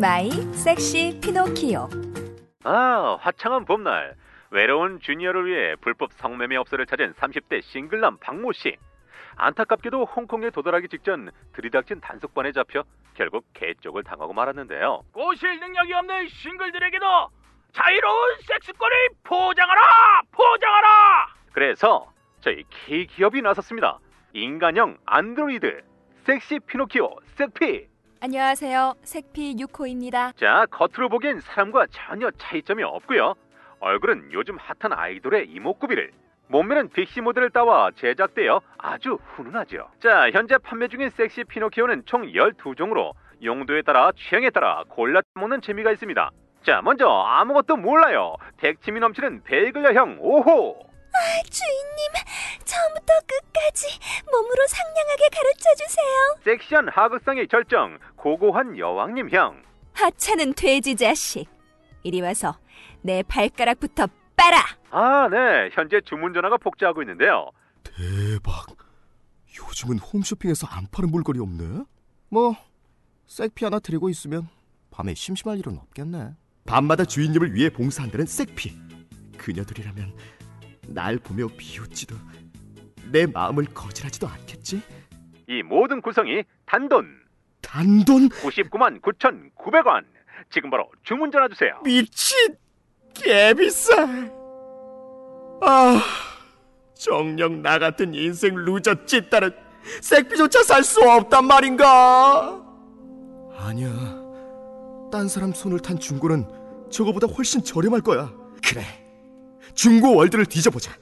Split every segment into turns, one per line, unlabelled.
마이 섹시 피노키오
아, 화창한 봄날. 외로운 주니어를 위해 불법 성매매 업소를 찾은 30대 싱글남 박모 씨. 안타깝게도 홍콩에 도달하기 직전 들이닥친 단속반에 잡혀 결국 개쪽을 당하고 말았는데요.
꼬실 능력이 없는 싱글들에게도 자유로운 섹스권을 포장하라! 포장하라!
그래서 저희 K 기업이 나섰습니다. 인간형 안드로이드 섹시 피노키오 섹피.
안녕하세요 색피 유코입니다
자, 겉으로 보기엔 사람과 전혀 차이점이 없고요. 얼굴은 요즘 핫한 아이돌의 이목구비를, 몸매는 빅시 모델을 따와 제작되어 아주 훈훈하죠. 자, 현재 판매 중인 섹시 피노키오는 총 12종으로 용도에 따라 취향에 따라 골라 먹는 재미가 있습니다. 자, 먼저 아무것도 몰라요. 백치미 넘치는 베이글여형 5호.
주인님 처음부터 끝까지 몸으로 상냥하게 가르쳐주세요
섹시한 하극상의 결정, 고고한 여왕님형.
하찮은 돼지 자식 이리 와서 내 발가락부터 빨아
아, 네. 현재 주문 전화가 복제하고 있는데요.
대박. 요즘은 홈쇼핑에서 안 파는 물건이 없네. 뭐 색피 하나 드리고 있으면 밤에 심심할 일은 없겠네. 밤마다 주인님을 위해 봉사한다는 색피. 그녀들이라면 날 보며 비웃지도 내 마음을 거절하지도 않겠지.
이 모든 구성이 단돈
단돈
99만 9,900원. 지금 바로 주문 전화 주세요.
미친 개비싸. 아 정녕 나 같은 인생 루저 찌따는 색비조차 살 수 없단 말인가? 아니야. 딴 사람 손을 탄 중고는 저거보다 훨씬 저렴할 거야. 그래. 중고 월드를 뒤져보자.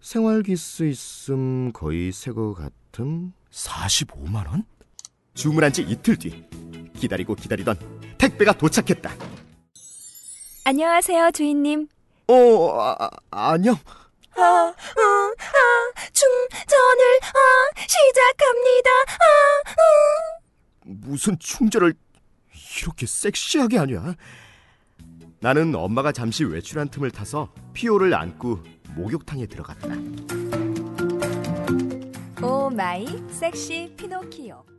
생활기스 있음 거의 새 거 같음 45만 원? 주문한 지 이틀 뒤 기다리고 기다리던 택배가 도착했다.
안녕하세요 주인님
어, 아, 안녕.
아, 충전을 아, 시작합니다
무슨 충전을 이렇게 섹시하게 하냐? 나는 엄마가 잠시 외출한 틈을 타서 피오를 안고 목욕탕에 들어갔다.
아. 오 마이 섹시 피노키오